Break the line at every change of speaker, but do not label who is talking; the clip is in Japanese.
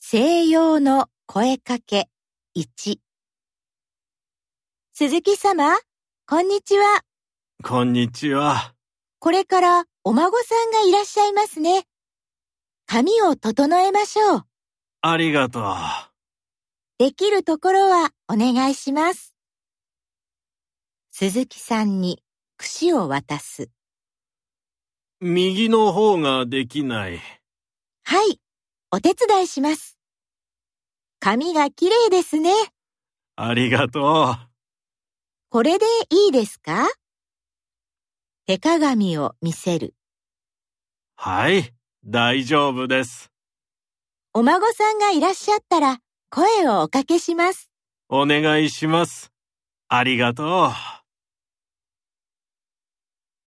西洋の声かけ1鈴木様、こんにちは。
こんにちは。
これからお孫さんがいらっしゃいますね。髪を整えましょう。
ありがとう。
できるところはお願いします。鈴木さんに櫛を渡す。
右の方ができない。
はい、お手伝いします。髪が綺麗ですね。
ありがと
これでいいですか手鏡を見せる。
う。はい、大丈夫です。
お孫さんがいらっしゃったら声をおかけします。
お願いします。ありがとう。